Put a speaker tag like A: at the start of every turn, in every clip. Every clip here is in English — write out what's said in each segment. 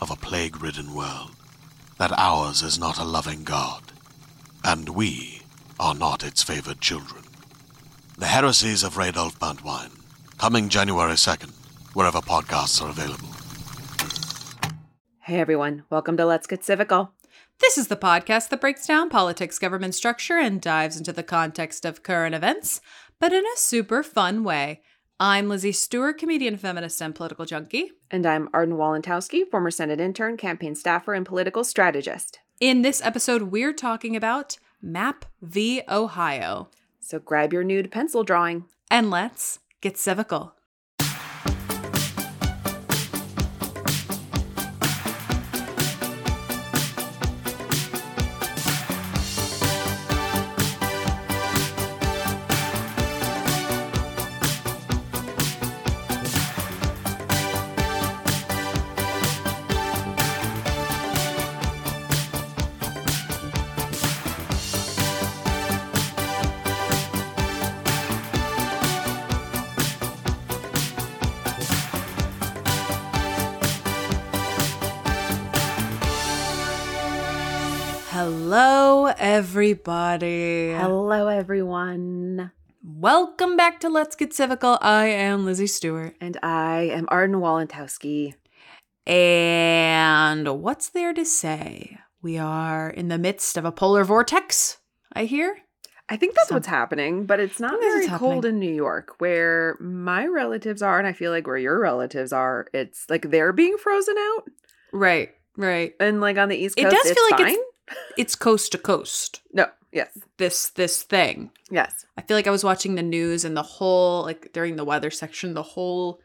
A: of a plague ridden world that ours is not a loving God, and we are not its favored children. The heresies of Radolf Buntwine, coming January 2nd, wherever podcasts are available.
B: Hey everyone, welcome to Let's Get Civical.
C: This is the podcast that breaks down politics, government structure, and dives into the context of current events, but in a super fun way. I'm Lizzie Stewart, comedian, feminist, and political junkie.
B: And I'm Arden Walentowski, former Senate intern, campaign staffer, and political strategist.
C: In this episode, we're talking about Map v. Ohio.
B: So grab your nude pencil drawing.
C: And let's get civical. Hello, everybody.
B: Hello everyone.
C: Welcome back to Let's Get Civical. I am Lizzie Stewart.
B: And I am Arden Walentowski.
C: And what's there to say? We are in the midst of a polar vortex, I hear.
B: I think that's what's happening, but it's not
C: think that's
B: very
C: what's
B: cold in New York where my relatives are, and I feel like where your relatives are, it's like they're being frozen out.
C: Right, right.
B: And like on the East
C: It
B: Coast,
C: does
B: it's
C: feel like it's-
B: fine.
C: It's coast to coast.
B: No, yes,
C: This this thing.
B: yes.
C: I feel like I was watching the news and the whole like during the weather section, the whole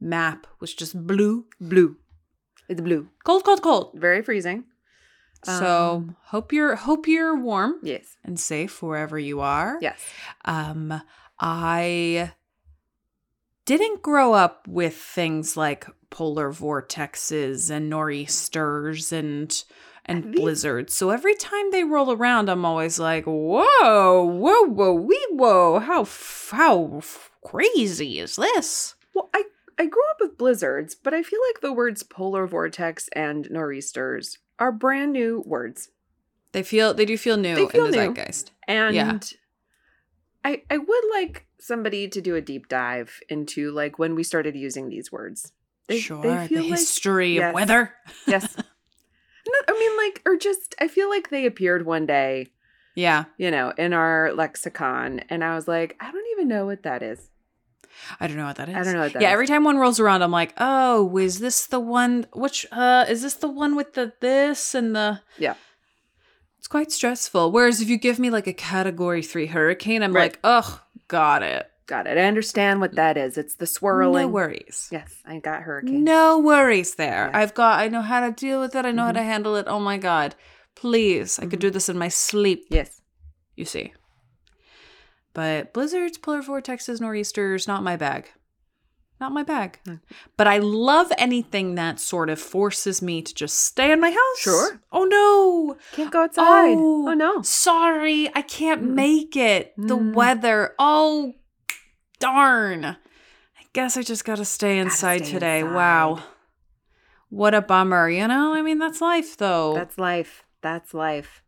C: map was just blue, blue.
B: It's blue,
C: Cold, cold, cold.
B: very freezing. Um,
C: so hope you're hope you're warm
B: Yes,
C: and safe wherever you are.
B: yes.
C: Um, I didn't grow up with things like polar vortexes and nor'easters and and
B: Really?
C: blizzards. So every time they roll around, I'm always like, "Whoa, whoa, whoa, wee, whoa! How f- how f- crazy is this?"
B: Well, I I grew up with blizzards, but I feel like the words polar vortex and nor'easters are brand new words.
C: They feel they do feel new
B: They feel
C: in the
B: new.
C: zeitgeist.
B: And
C: Yeah.
B: I I would like somebody to do a deep dive into like when we started using these words.
C: sure,
B: they
C: the
B: feel like-
C: history of
B: yes.
C: weather.
B: yes. Not, I mean, like, or just I feel like they appeared one day,
C: Yeah,
B: you know, in our lexicon, and I was like, I don't even know what that is.
C: I don't know what that is.
B: I don't know what that is.
C: yeah, every time one rolls around, I'm like, oh, is this the one? Which uh, is this the one with the this and the?
B: Yeah.
C: it's quite stressful. Whereas if you give me like a Category Three hurricane, I'm
B: Right.
C: like, oh, got it.
B: Got it. I understand what that is. It's the swirling.
C: No worries.
B: Yes, I got hurricanes.
C: No worries there.
B: Yeah.
C: I've got, I know how to deal with it. I know
B: Mhm.
C: how to handle it. Oh my God. Please, I could
B: Mhm.
C: do this in my sleep,
B: Yes.
C: you see. But blizzards, polar vortexes, nor'easters, not my bag. Not my bag.
B: No.
C: But I love anything that sort of forces me to just stay in my house.
B: Sure.
C: Oh no.
B: Can't go outside.
C: Oh.
B: Oh, no.
C: Sorry, I can't
B: Mm.
C: make it. The
B: Mm.
C: weather. Oh, darn. I guess I just got to stay inside
B: stay
C: today.
B: inside.
C: Wow. What a bummer. You know, I mean, that's life, though.
B: That's life. That's life.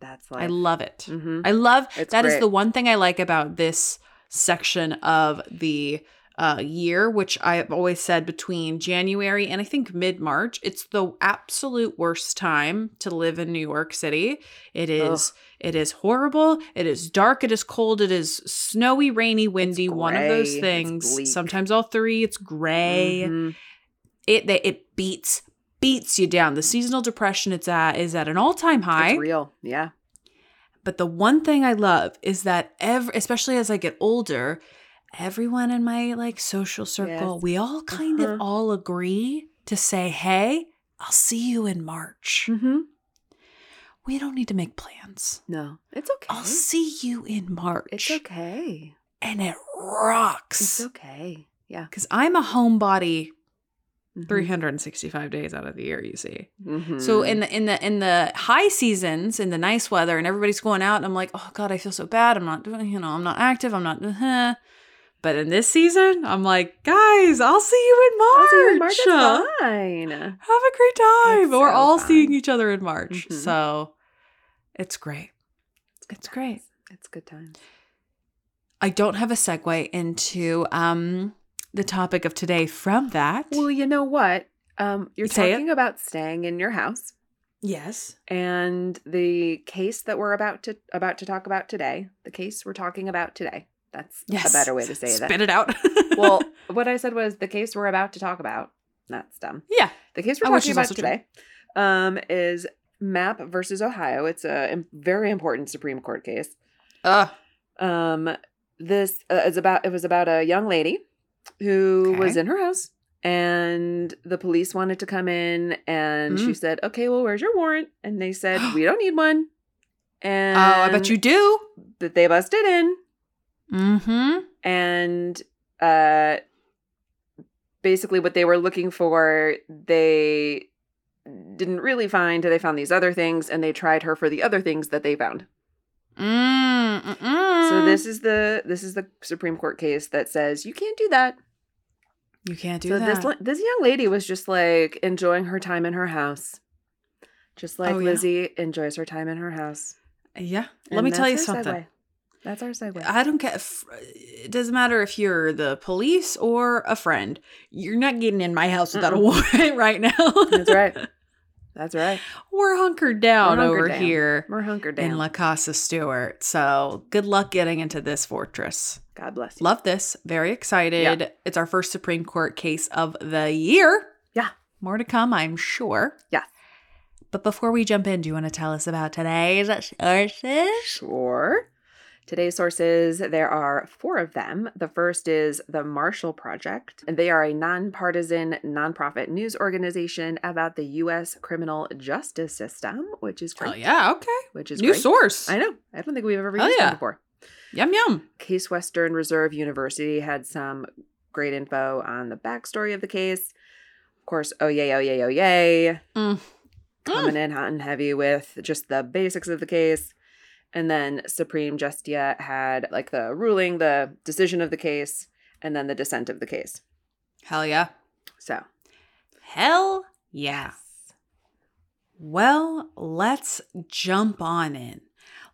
B: That's life.
C: I love it.
B: hmm
C: I love that is
B: It's great.
C: the one thing I like about this section of the uh, year, which I've always said between January and I think mid March. It's the absolute worst time to live in New York City. It is. It is horrible. It is dark. It is cold. It is snowy, rainy, windy. One of
B: gray.
C: those
B: It's bleak.
C: things. Sometimes all three. It's gray
B: Mhm.
C: it they, it beats beats you down. The seasonal depression it's at is at an all time high.
B: It's real. Yeah.
C: But the one thing I love is that every, especially as I get older, everyone in my like social circle,
B: Yes.
C: we all kind
B: Uh-huh.
C: of all agree to say, "Hey, I'll see you in March."
B: Mm-hmm.
C: We don't need to make plans.
B: No, it's okay.
C: I'll see you in March,
B: It's okay.
C: and it
B: It's
C: rocks
B: okay. Yeah.
C: because I'm a homebody,
B: Mhm.
C: 365 days out of the year. You see.
B: Mhm.
C: So in the in the in the high seasons, in the nice weather, and everybody's going out, and I'm like, oh god, I feel so bad. I'm not doing, you know, I'm not active. I'm not. uh-huh." But in this season, I'm like, guys, I'll see you in March.
B: I'll see you in March. It's
C: Uh,
B: fine.
C: Have a great time.
B: It's
C: We're
B: so
C: all seeing
B: fun.
C: each other in March,
B: Mhm.
C: so it's great. It's great.
B: It's good times.
C: I don't have a segue into um the topic of today from that.
B: Well, you know what? Um, you're
C: Say it.
B: talking about staying in your house,
C: yes.
B: and the case that we're about to about to talk about today, the case we're talking about today. That's
C: Yes.
B: a better way to say
C: Spit
B: that.
C: it out.
B: well, what I said was the case we're about to talk about. That's dumb.
C: yeah.
B: The case we're
C: Oh, which
B: talking
C: is
B: about
C: also true.
B: today um, is Map versus Ohio. It's a im- very important Supreme Court case.
C: Uh,
B: Um, this uh, is about it was about a young lady who was
C: Okay.
B: in her house, and the police wanted to come in, and
C: Mm.
B: she said, "Okay, well, where's your warrant?" And they said, "We don't need one." And
C: oh, I
B: um,
C: bet you do.
B: that they busted in,
C: Mm-hmm.
B: and uh, basically what they were looking for, they didn't really find. They found these other things, and they tried her for the other things that they found.
C: Mm, mm-mm.
B: So this is the this is the Supreme Court case that says you can't do that.
C: you can't do
B: so
C: that.
B: this li- this young lady was just like enjoying her time in her house, just like
C: Oh, yeah.
B: Lizzie enjoys her time in her house.
C: yeah. Let
B: And
C: me tell you
B: that's our
C: something.
B: segue. That's our segue.
C: I don't care. If, it doesn't matter if you're the police or a friend. You're not getting in my house without a
B: Mm-mm.
C: warrant right now.
B: That's right. That's right.
C: We're hunkered down
B: We're hunkered
C: over
B: down.
C: here
B: We're hunkered
C: in
B: down.
C: La Casa Stewart. So good luck getting into this fortress.
B: God bless. You.
C: Love this. Very excited. It's our first Supreme Court case of the year.
B: Yeah.
C: More to come, I'm sure.
B: Yes.
C: But before we jump in, do you want to tell us about today's sources?
B: Sure. Today's sources, there are four of them. The first is the Marshall Project, and they are a nonpartisan, nonprofit news organization about the U.S. criminal justice system, which is great.
C: Oh, yeah. Okay.
B: Which is
C: New
B: great.
C: source.
B: I know. I don't think we've ever
C: Oh,
B: used
C: yeah.
B: them before.
C: Yum, yum.
B: Case Western Reserve University had some great info on the backstory of the case. Of course, oh yay, oh yay, oh yay.
C: Mm.
B: Coming in hot and heavy with just the basics of the case. And then Supreme Justia had like the ruling, the decision of the case, and then the dissent of the case.
C: Hell yeah.
B: So
C: Hell yeah. Well, let's jump on in.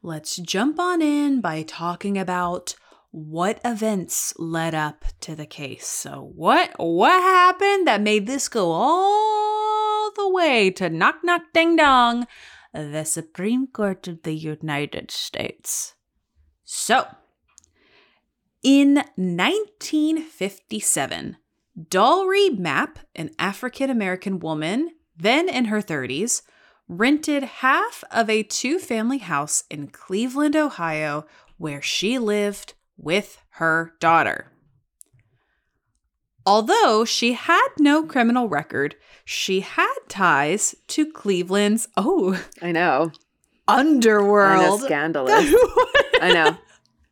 C: Let's jump on in by talking about what events led up to the case. So what what happened that made this go all the way to knock knock ding dong, the Supreme Court of the United States. So, in 1957, Dalry Map, an African American woman, then in her 30s, rented half of a two family house in Cleveland, Ohio, where she lived with her daughter. Although she had no criminal record, she had ties to Cleveland's, oh,
B: I know. I know,
C: underworld.
B: scandalous. I know.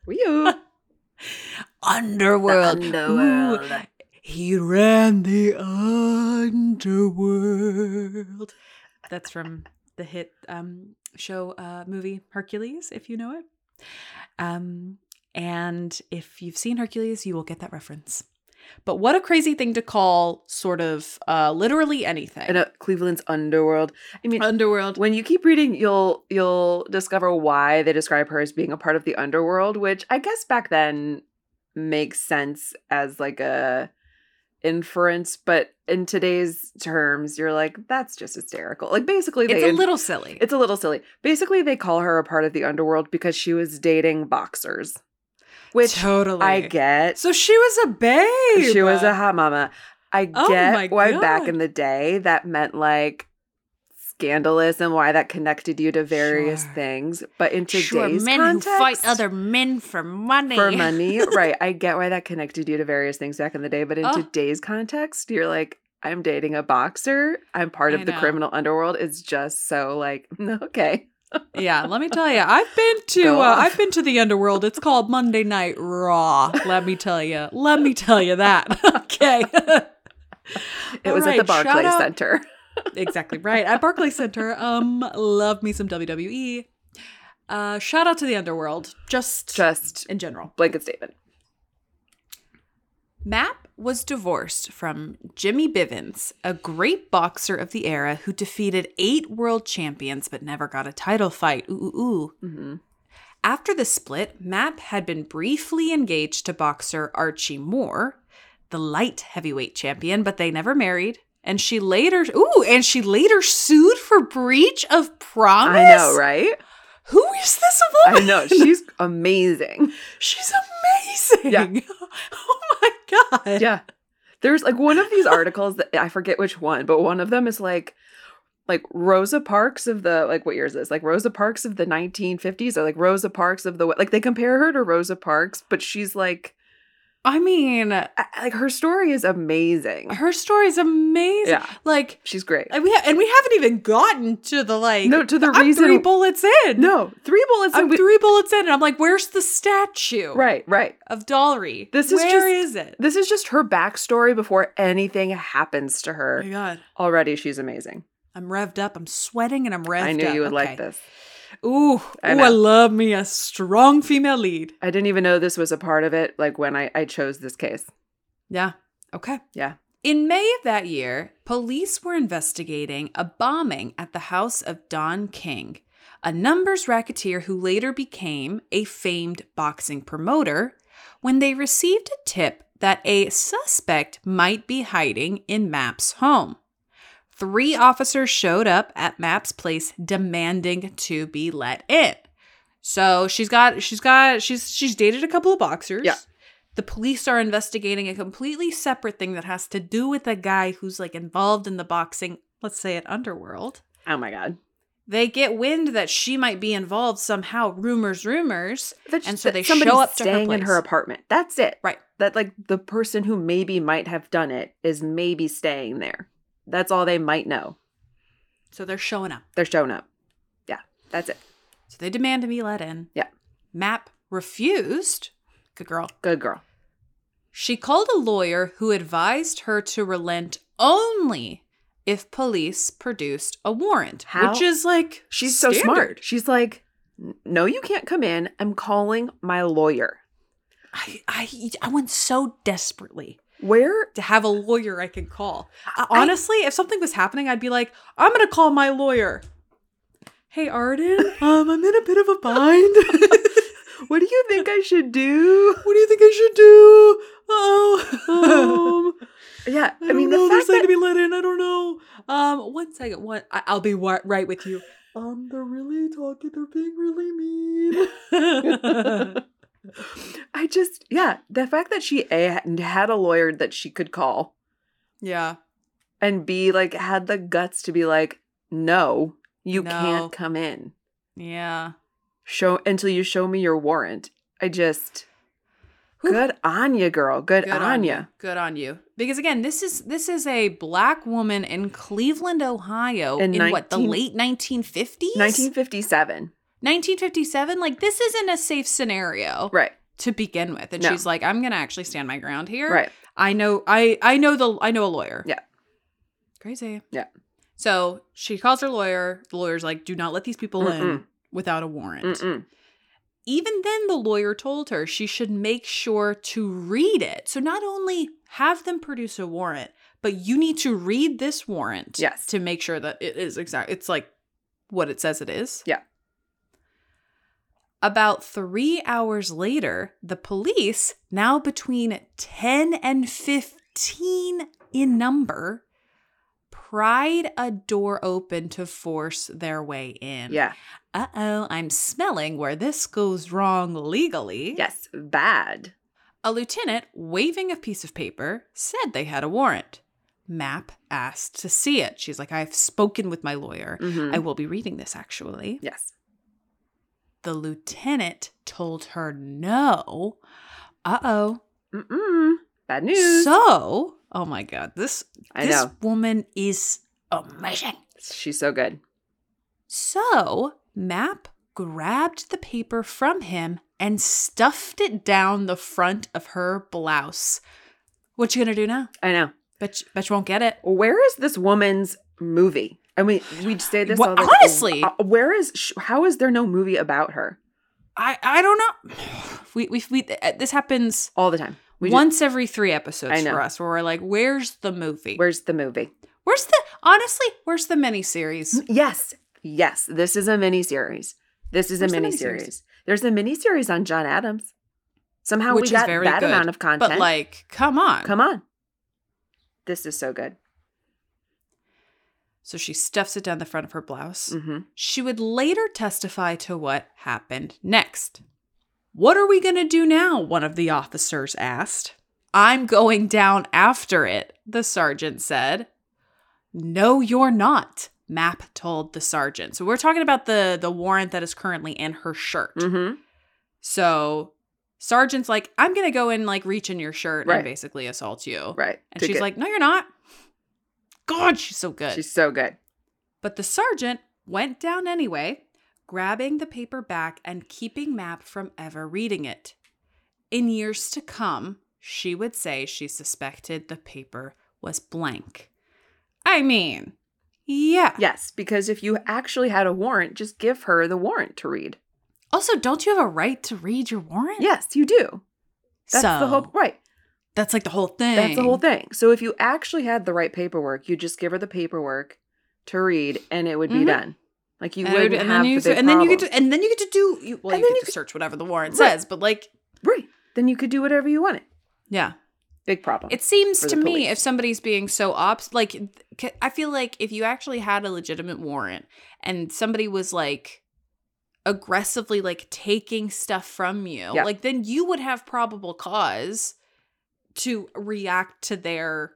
B: Were you?
C: underworld.
B: underworld.
C: Ooh, he ran the underworld. That's from the hit um, show uh, movie Hercules, if you know it. Um, and if you've seen Hercules, you will get that reference. But what a crazy thing to call sort of uh, literally anything.
B: I know Cleveland's underworld. I mean,
C: underworld.
B: when you keep reading, you'll you'll discover why they describe her as being a part of the underworld, which I guess back then makes sense as like a inference, but in today's terms, you're like, that's just hysterical. Like basically,
C: It's
B: they
C: a little silly.
B: it's a little silly. Basically, they call her a part of the underworld because she was dating boxers, which
C: totally.
B: I get.
C: So she was a babe.
B: She was a hot mama. I
C: Oh my
B: get why back
C: God.
B: in the day that meant like scandalous and why that connected you to various
C: Sure.
B: things. But in today's
C: sure, men
B: context,
C: who fight other men for money.
B: for money, right? I get why that connected you to various things back in the day. But in
C: Oh.
B: today's context, you're like, I'm dating a boxer. I'm part
C: I
B: of the
C: know.
B: criminal underworld. It's just so like okay.
C: yeah, let me tell you, I've been to
B: Go
C: uh,
B: off.
C: I've been to the underworld. It's called Monday Night Raw. Let me tell you, let me tell you that. okay,
B: It
C: All
B: was at
C: right,
B: the
C: shout
B: Barclay
C: out-
B: Center.
C: exactly right at Barclay Center. Um, love me some WWE. Uh, shout out to the underworld, just,
B: Just
C: in general.
B: blanket statement.
C: Map was divorced from Jimmy Bivens, a great boxer of the era who defeated eight world champions but never got a title fight. Ooh, ooh, ooh.
B: hmm
C: After the split, Map had been briefly engaged to boxer Archie Moore, the light heavyweight champion, but they never married. And she later, ooh, and she later sued for breach of promise.
B: I know, right?
C: Who is this
B: I
C: woman?
B: know. She's amazing.
C: She's amazing. Oh my god.
B: yeah there's like one of these articles that i forget which one but one of them is like like rosa parks of the like what year is this like rosa parks of the 1950s or like rosa parks of the like they compare her to rosa parks but she's like
C: I mean,
B: I- like her story is amazing
C: her story's amazing.
B: yeah
C: Like,
B: she's great
C: and we ha- and we haven't even gotten to the like.
B: no to the
C: I'm
B: reason
C: three bullets in.
B: no three bullets
C: I'm
B: and we-
C: three bullets in, and I'm like, where's the statue?
B: right right
C: of Dollary.
B: This is
C: Where
B: just-
C: is it?
B: this is just her backstory before anything happens to her
C: Oh god,
B: already she's amazing
C: I'm revved up. I'm sweating and I'm revved.
B: i knew
C: up.
B: you would like
C: Okay.
B: this
C: Ooh,
B: I
C: ooh,
B: know.
C: I love me a strong female lead.
B: i didn't even know this was a part of it like when i i chose this case
C: Yeah. Okay.
B: Yeah.
C: In May of that year, police were investigating a bombing at the house of Don King, a numbers racketeer who later became a famed boxing promoter, when they received a tip that a suspect might be hiding in Map's home. Three officers showed up at Map's place demanding to be let in. So she's got she's got she's she's dated a couple of boxers.
B: Yeah.
C: The police are investigating a completely separate thing that has to do with a guy who's like involved in the boxing, let's say it underworld.
B: oh my god
C: They get wind that she might be involved somehow, rumors, rumors.
B: That's
C: And
B: just
C: so
B: that
C: they
B: somebody's
C: show up to her
B: staying in her
C: place.
B: apartment. That's it.
C: Right.
B: That like the person who maybe might have done it is maybe staying there. That's all they might know.
C: So they're showing up.
B: They're showing up. Yeah. That's it.
C: So they demand to be let in.
B: Yeah.
C: Map refused. Good girl.
B: Good girl.
C: She called a lawyer who advised her to relent only if police produced a warrant,
B: How-
C: which is like
B: She's so
C: standard.
B: smart. She's like, "N- no, you can't come in. I'm calling my lawyer.
C: I, I I want so desperately
B: Where?
C: to have a lawyer I can call.
B: I-
C: Honestly, if something was happening, I'd be like, I'm gonna call my lawyer. Hey Arden, um, I'm in a bit of a bind.
B: What do you think I should do?
C: what do you think I should do? Oh, um,
B: Yeah.
C: I,
B: I, mean,
C: don't know.
B: the
C: There's
B: fact
C: like
B: that
C: Oh, to be let in. I don't know. Um, one second. One, I, I'll be wa- right with you. Um, they're really talking. They're being really mean.
B: I just, yeah, the fact that she a had a lawyer that she could call
C: yeah.
B: and B like had the guts to be like, no, you
C: No.
B: can't come in.
C: Yeah.
B: Show until you show me your warrant. I just Good on you, girl. Good,
C: Good
B: on,
C: on
B: you.
C: Good on you. Because again, this is this is a black woman in Cleveland, Ohio in,
B: In
C: what, the
B: 19
C: late 1950s?
B: 1957.
C: 1957? Like this isn't a safe scenario
B: Right.
C: to begin with. And
B: No.
C: she's like, I'm going to actually stand my ground here.
B: Right.
C: I know I I know the I know a lawyer.
B: Yeah.
C: Crazy.
B: Yeah.
C: So she calls her lawyer. The lawyer's like, do not let these people in
B: Mm-mm.
C: without a warrant.
B: Mm-mm.
C: Even then the lawyer told her she should make sure to read it. So not only have them produce a warrant, but you need to read this warrant
B: Yes.
C: to make sure that it is exact it's like what it says it is.
B: Yeah.
C: About three hours later, the police, now between 10 and 15 in number, pried a door open to force their way in.
B: Yeah.
C: Uh oh, I'm smelling where this goes wrong legally.
B: Yes. Bad.
C: A lieutenant, waving a piece of paper, said they had a warrant. Map asked to see it. She's like, I've spoken with my lawyer.
B: Mhm.
C: I will be reading this actually.
B: yes.
C: The lieutenant told her no. Uh oh.
B: Mm-mm. Bad news.
C: So, oh my God, this,
B: I
C: this
B: know.
C: woman is amazing.
B: She's so good.
C: So, Map grabbed the paper from him and stuffed it down the front of her blouse. What you gonna do now?
B: I know.
C: Bet you, bet you won't get it.
B: Where is this woman's movie? I mean, we say this
C: Well,
B: all the
C: honestly-
B: Uh, Where is sh- how is there no movie about her
C: I I don't know. We we, we uh, this happens
B: all the time? We do-
C: once every three
B: I
C: episodes
B: know.
C: for us, where we're like, "Where's the movie?
B: where's the movie?
C: where's the honestly? Where's the miniseries?
B: Yes, yes. This is a miniseries. This is
C: Where's
B: a
C: the
B: miniseries.
C: miniseries?
B: There's a miniseries on John Adams. Somehow
C: Which
B: we
C: is
B: got
C: very
B: that
C: good,
B: amount of content.
C: But like, come on.
B: come on, this is so good.
C: So she stuffs it down the front of her blouse.
B: hmm
C: She would later testify to what happened next. What are we going to do now? One of the officers asked. I'm going down after it, the sergeant said. No, you're not, Map told the sergeant. So we're talking about the, the warrant that is currently in her shirt.
B: hmm
C: So sergeant's like, I'm going to go and like reach in your shirt
B: Right.
C: and basically assault you.
B: Right.
C: And
B: To
C: she's
B: get-
C: like, No, you're not. God, she's so good.
B: she's so good.
C: But the sergeant went down anyway, grabbing the paper back and keeping Map from ever reading it. In years to come, she would say she suspected the paper was blank. I mean, yeah.
B: Yes, because if you actually had a warrant, just give her the warrant to read.
C: Also, don't you have a right to read your warrant?
B: Yes, you do. That's the whole right.
C: That's like the whole thing.
B: That's the whole thing. So if you actually had the right paperwork, you just give her the paperwork to read, and it would be
C: Mhm.
B: done. Like you
C: And,
B: wouldn't
C: it- and
B: have
C: then you
B: the big
C: and then you get
B: problem.
C: to and then you get to do you, well,
B: And
C: you
B: then
C: get
B: you
C: to
B: could-
C: search whatever the warrant
B: Right.
C: says, but like,
B: right. Then you could do whatever you wanted.
C: yeah.
B: Big problem.
C: It seems
B: for
C: to
B: the
C: me
B: police.
C: if somebody's being so obs like c- I feel like if you actually had a legitimate warrant and somebody was like aggressively like taking stuff from you,
B: Yeah.
C: like then you would have probable cause to react to their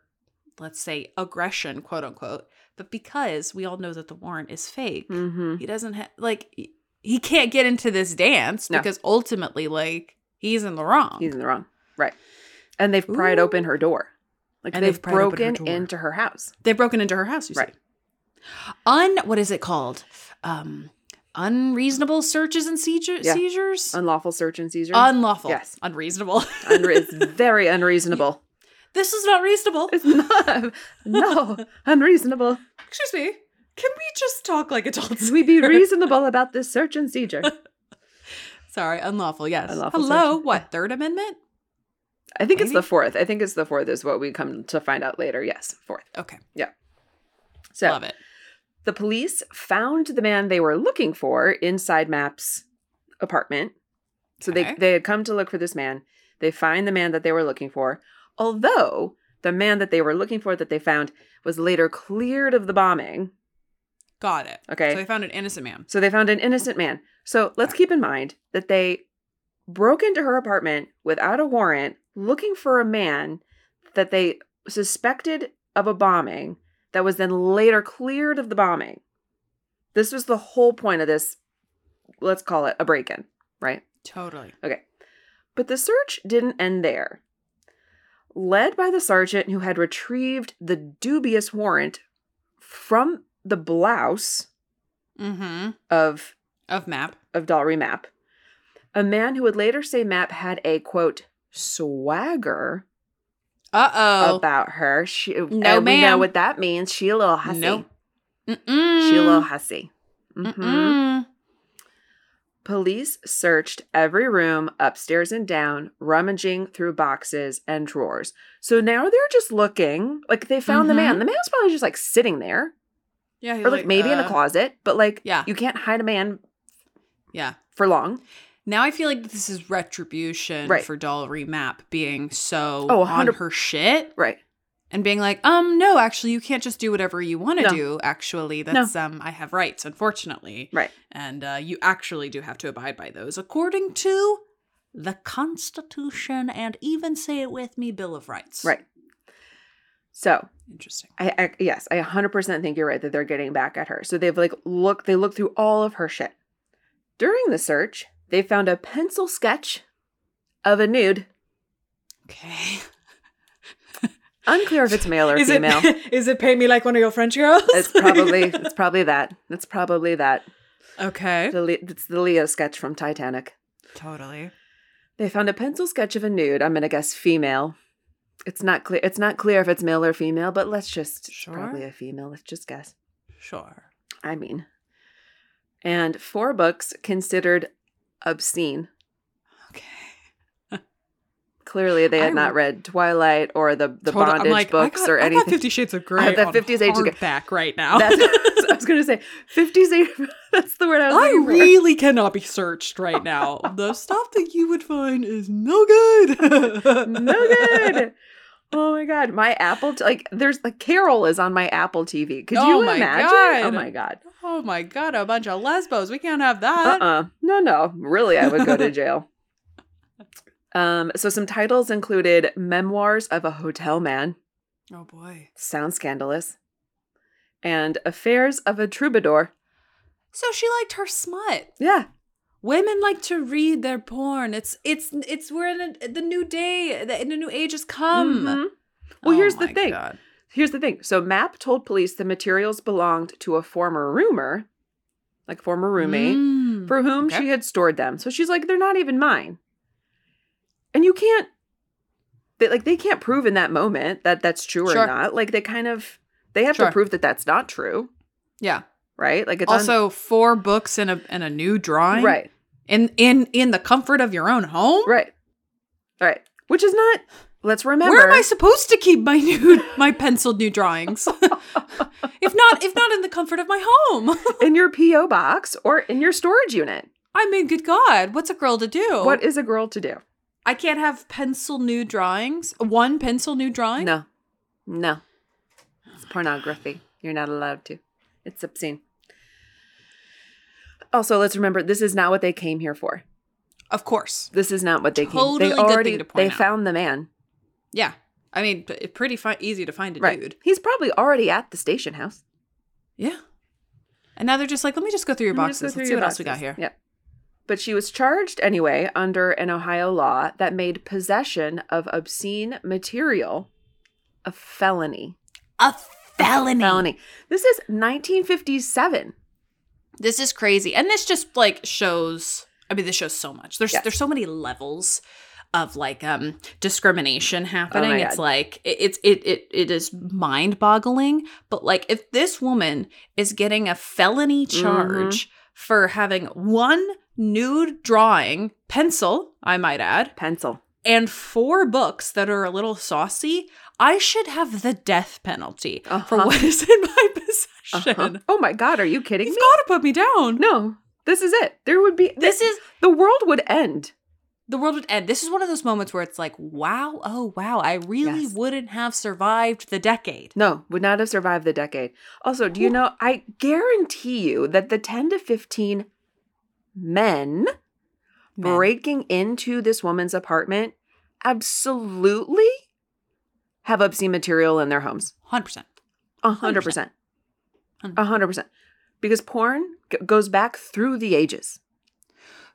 C: let's say aggression, quote unquote. But because we all know that the warrant is fake,
B: Mm-hmm.
C: he doesn't have like he- he can't get into this dance
B: No.
C: because ultimately like he's in the wrong.
B: He's in the wrong. Right. And they've pried
C: Ooh.
B: open her door. Like
C: And
B: they've,
C: they've pried open her
B: broken
C: door.
B: into her house.
C: They've broken into her house, you
B: Right.
C: said. Un what is it called? Um unreasonable searches and seizure-
B: Yeah.
C: seizures?
B: Unlawful search and seizure.
C: Unlawful.
B: Yes.
C: Unreasonable.
B: Unre- it's very unreasonable.
C: this is not reasonable.
B: It's not. No, unreasonable.
C: Excuse me. Can we just talk like adults?
B: Can we be reasonable about this search and seizure?
C: Sorry, unlawful. Yes.
B: Unlawful
C: Hello.
B: search.
C: What? Third Amendment?
B: I think it's the
C: Maybe.
B: fourth. I think it's the fourth, is what we come to find out later. Yes, fourth.
C: Okay.
B: So
C: Love it.
B: the police found the man they were looking for inside Map's apartment. So
C: Okay.
B: they, they had come to look for this man. They find the man that they were looking for, although the man that they were looking for that they found was later cleared of the bombing.
C: Got it.
B: Okay.
C: So they found an innocent man.
B: So they found an innocent man. So let's keep in mind that they broke into her apartment without a warrant looking for a man that they suspected of a bombing that was then later cleared of the bombing. This was the whole point of this, let's call it a break in, right?
C: Totally.
B: Okay. But the search didn't end there. Led by the sergeant who had retrieved the dubious warrant from the blouse
C: Mm-hmm.
B: of
C: Of map.
B: of Dalry Map, a man who would later say Map had a quote swagger
C: Uh oh.
B: about her. She, no, and we know
C: ma'am.
B: what that means. She a little hussy.
C: Nope. Mm-mm.
B: She a little hussy. Mhm.
C: Mm-mm.
B: Police searched every room upstairs and down, rummaging through boxes and drawers. So now they're just looking like they found the man.
C: Mhm.
B: The man's probably just like sitting there,
C: Yeah. he's
B: or like, maybe in a
C: uh,
B: closet, but like
C: yeah.
B: you can't hide a man
C: Yeah.
B: for long.
C: Now I feel like this is retribution
B: Right.
C: for Dolly Map being so
B: Oh, a
C: on
B: hundred-
C: her shit
B: Right.
C: and being like, um, no, actually, you can't just do whatever you want to
B: No.
C: do. Actually, that's um, I have rights, unfortunately,
B: Right.
C: and uh, you actually do have to abide by those according to the Constitution and even say it with me, Bill of Rights.
B: Right. So
C: Interesting.
B: I, I yes, I 100% think you're right that they're getting back at her. So they've like look they look through all of her shit. During the search, they found a pencil sketch of a nude.
C: Okay.
B: Unclear if it's male or
C: is
B: female.
C: it is it pay me like one of your French girls?
B: It's probably it's probably that. It's probably that.
C: okay.
B: The Le- it's the Leo sketch from Titanic.
C: Totally.
B: They found a pencil sketch of a nude. I'm gonna guess female. It's not clear. It's not clear if it's male or female, but let's just it's
C: Sure.
B: probably a female. Let's just guess.
C: Sure.
B: I mean, and four books considered obscene.
C: Okay.
B: Clearly, they had
C: I
B: not
C: re-
B: read Twilight or the the
C: Total- I'm
B: bondage
C: like, I
B: books
C: got-
B: or
C: I got
B: anything.
C: Fifty Shades of Grey.
B: I
C: that
B: got 50 Shades of Grey.
C: back right now.
B: That's, I was gonna say fifties. That's the word I was.
C: I
B: looking for.
C: really cannot be searched right now. the stuff that you would find is no good.
B: no good. Oh my god, my Apple t- like there's like Carol is on my Apple TV. Could
C: Oh
B: you
C: my
B: imagine? Oh
C: God.
B: my god.
C: Oh my god, a bunch of lesbos. We can't have
B: Uh
C: that.
B: uh No, no. Really, I would go to jail. Um, so some titles included Memoirs of a Hotel Man,
C: Oh boy.
B: sounds scandalous, and Affairs of a Troubadour.
C: So she liked her smut.
B: Yeah,
C: Women like to read their porn. It's it's it's we're in a, the new day. The, the new age has
B: Mhm.
C: come.
B: Well,
C: Oh
B: here's the
C: my
B: thing.
C: God.
B: Here's the thing. So Map told police the materials belonged to a former roomer, like former roommate.
C: Mm.
B: for whom
C: Okay.
B: she had stored them. So she's like, they're not even mine. And you can't, they, like, they can't prove in that moment that that's true
C: Sure.
B: or not. Like, they kind of, they have
C: Sure.
B: to prove that that's not true,
C: yeah.
B: right? Like, it's on-
C: Also, four books and a and a new drawing.
B: right,
C: In in in the comfort of your own home.
B: right, right. Which is not. Let's remember.
C: Where am I supposed to keep my new my penciled new drawings? if not if not in the comfort of my home.
B: in your PO box or in your storage unit?
C: I mean, good God, what's a girl to do?
B: What is a girl to do?
C: I can't have pencil new drawings. One pencil new drawing.
B: No, no. It's pornography. You're not allowed to. It's obscene. Also, let's remember this is not what they came here for.
C: Of course.
B: This is not what they
C: Totally
B: came.
C: good
B: They
C: thing
B: already
C: to point
B: they
C: out.
B: found the man.
C: Yeah. I mean, p- eh, pretty fi- easy to find a
B: Right.
C: dude.
B: He's probably already at the station house.
C: Yeah. And now they're just like, let me just go through your
B: Let me just
C: boxes.
B: go
C: Let's
B: through
C: see
B: your
C: what else we got
B: boxes.
C: here.
B: Yep. But she was charged anyway under an Ohio law that made possession of obscene material a felony.
C: A felony.
B: Felony. This is 1957.
C: This is crazy. And this just like shows I mean, this shows so much. There's
B: Yes.
C: there's so many levels of like um discrimination happening.
B: my
C: it's
B: God.
C: like it, it's it it it is mind-boggling, but like if this woman is getting a felony
B: Mm-hmm.
C: charge for having one nude drawing, pencil, I might add,
B: Pencil.
C: and four books that are a little saucy, I should have the death penalty for
B: Uh-huh.
C: what is in my
B: Uh-huh.
C: possession.
B: Oh my God, are you kidding
C: You've
B: me?
C: got to put me down.
B: No, this is it. There would be
C: This is
B: the world would end.
C: the world would end. This is one of those moments where it's like, wow, oh wow, I really
B: Yes.
C: wouldn't have survived the decade.
B: No, would not have survived the decade. Also, do you know? I guarantee you that the 10 to 15 men,
C: Man.
B: breaking into this woman's apartment absolutely have obscene material in their homes.
C: 100%.
B: A 100%. A 100%. Because porn g- goes back through the ages.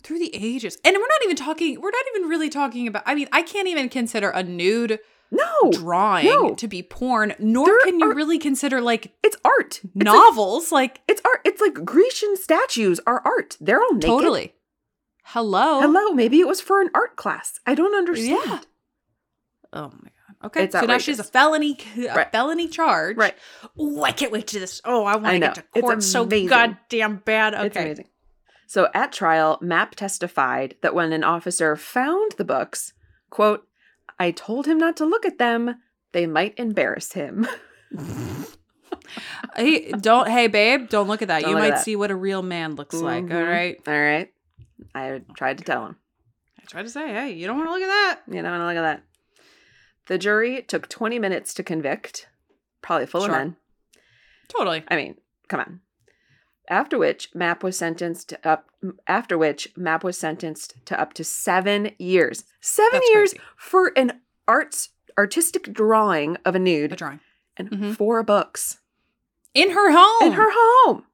C: through the ages. And we're not even talking, we're not even really talking about, I mean, I can't even consider a nude
B: No,
C: drawing
B: no.
C: to be porn, nor
B: There
C: can you
B: are-
C: really consider like
B: it's art. It's like-
C: novels. Like,
B: It's art. It's like Grecian statues are art. They're all naked.
C: totally. Hello.
B: Hello. Maybe it was for an art class. I don't understand.
C: Yeah. Oh my god. Okay.
B: It's
C: so now she has a
B: outrageous.
C: felony a
B: Right.
C: felony charge.
B: Right.
C: Oh, I can't wait to this. Oh, I want
B: I
C: to
B: know.
C: get to
B: It's
C: court so
B: amazing.
C: goddamn bad. Okay.
B: It's amazing. So at trial, Mapp testified that when an officer found the books, quote, I told him not to look at them. They might embarrass him.
C: Hey, don't hey babe, don't look at that.
B: Don't
C: Mm-hmm. you
B: look at
C: might
B: that.
C: see what a real man looks like. All
B: Mhm.
C: right.
B: All right. I tried to tell him.
C: I try to say, hey, you don't want to look at that.
B: You know, and look at that. The jury took 20 minutes to convict, probably full
C: Sure.
B: of men.
C: Totally.
B: I mean, come on. After which Map was sentenced to up after which Map was sentenced to up to 7 years. 7
C: That's
B: years
C: crazy.
B: for an arts artistic drawing of a
C: A
B: nude
C: drawing.
B: and
C: Mhm.
B: four books
C: In her home.
B: in her home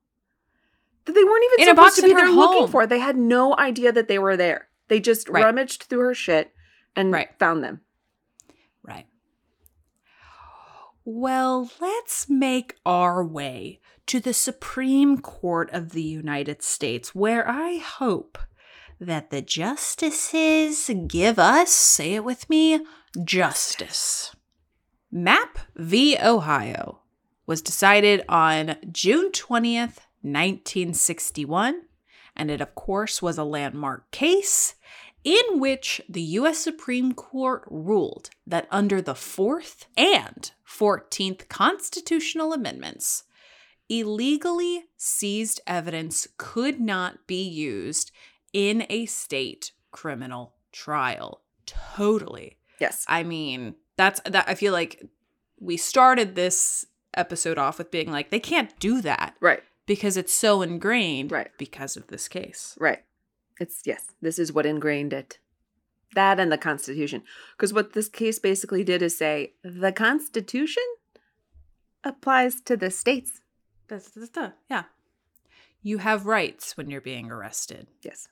B: that they weren't even
C: In a
B: supposed
C: box
B: to
C: in
B: be
C: her
B: there looking
C: home.
B: for. They had no idea that they were there. They just
C: Right.
B: rummaged through her shit and
C: Right.
B: found them.
C: Right. Well, let's make our way to the Supreme Court of the United States, where I hope that the justices give us, say it with me, justice. MAP v. Ohio was decided on June 20th, 1961, and it, of course, was a landmark case in which the U.S. Supreme Court ruled that under the Fourth and Fourteenth Constitutional Amendments, illegally seized evidence could not be used in a state criminal trial. Totally.
B: Yes.
C: I mean, that's that. I feel like we started this episode off with being like, they can't do that
B: Right.
C: because it's so ingrained
B: Right.
C: because of this case.
B: Right. It's yes. This is what ingrained it. That and the Constitution. Because what this case basically did is say the Constitution applies to the states.
C: Da, da, da, da. Yeah. You have rights when you're being arrested
B: Yes.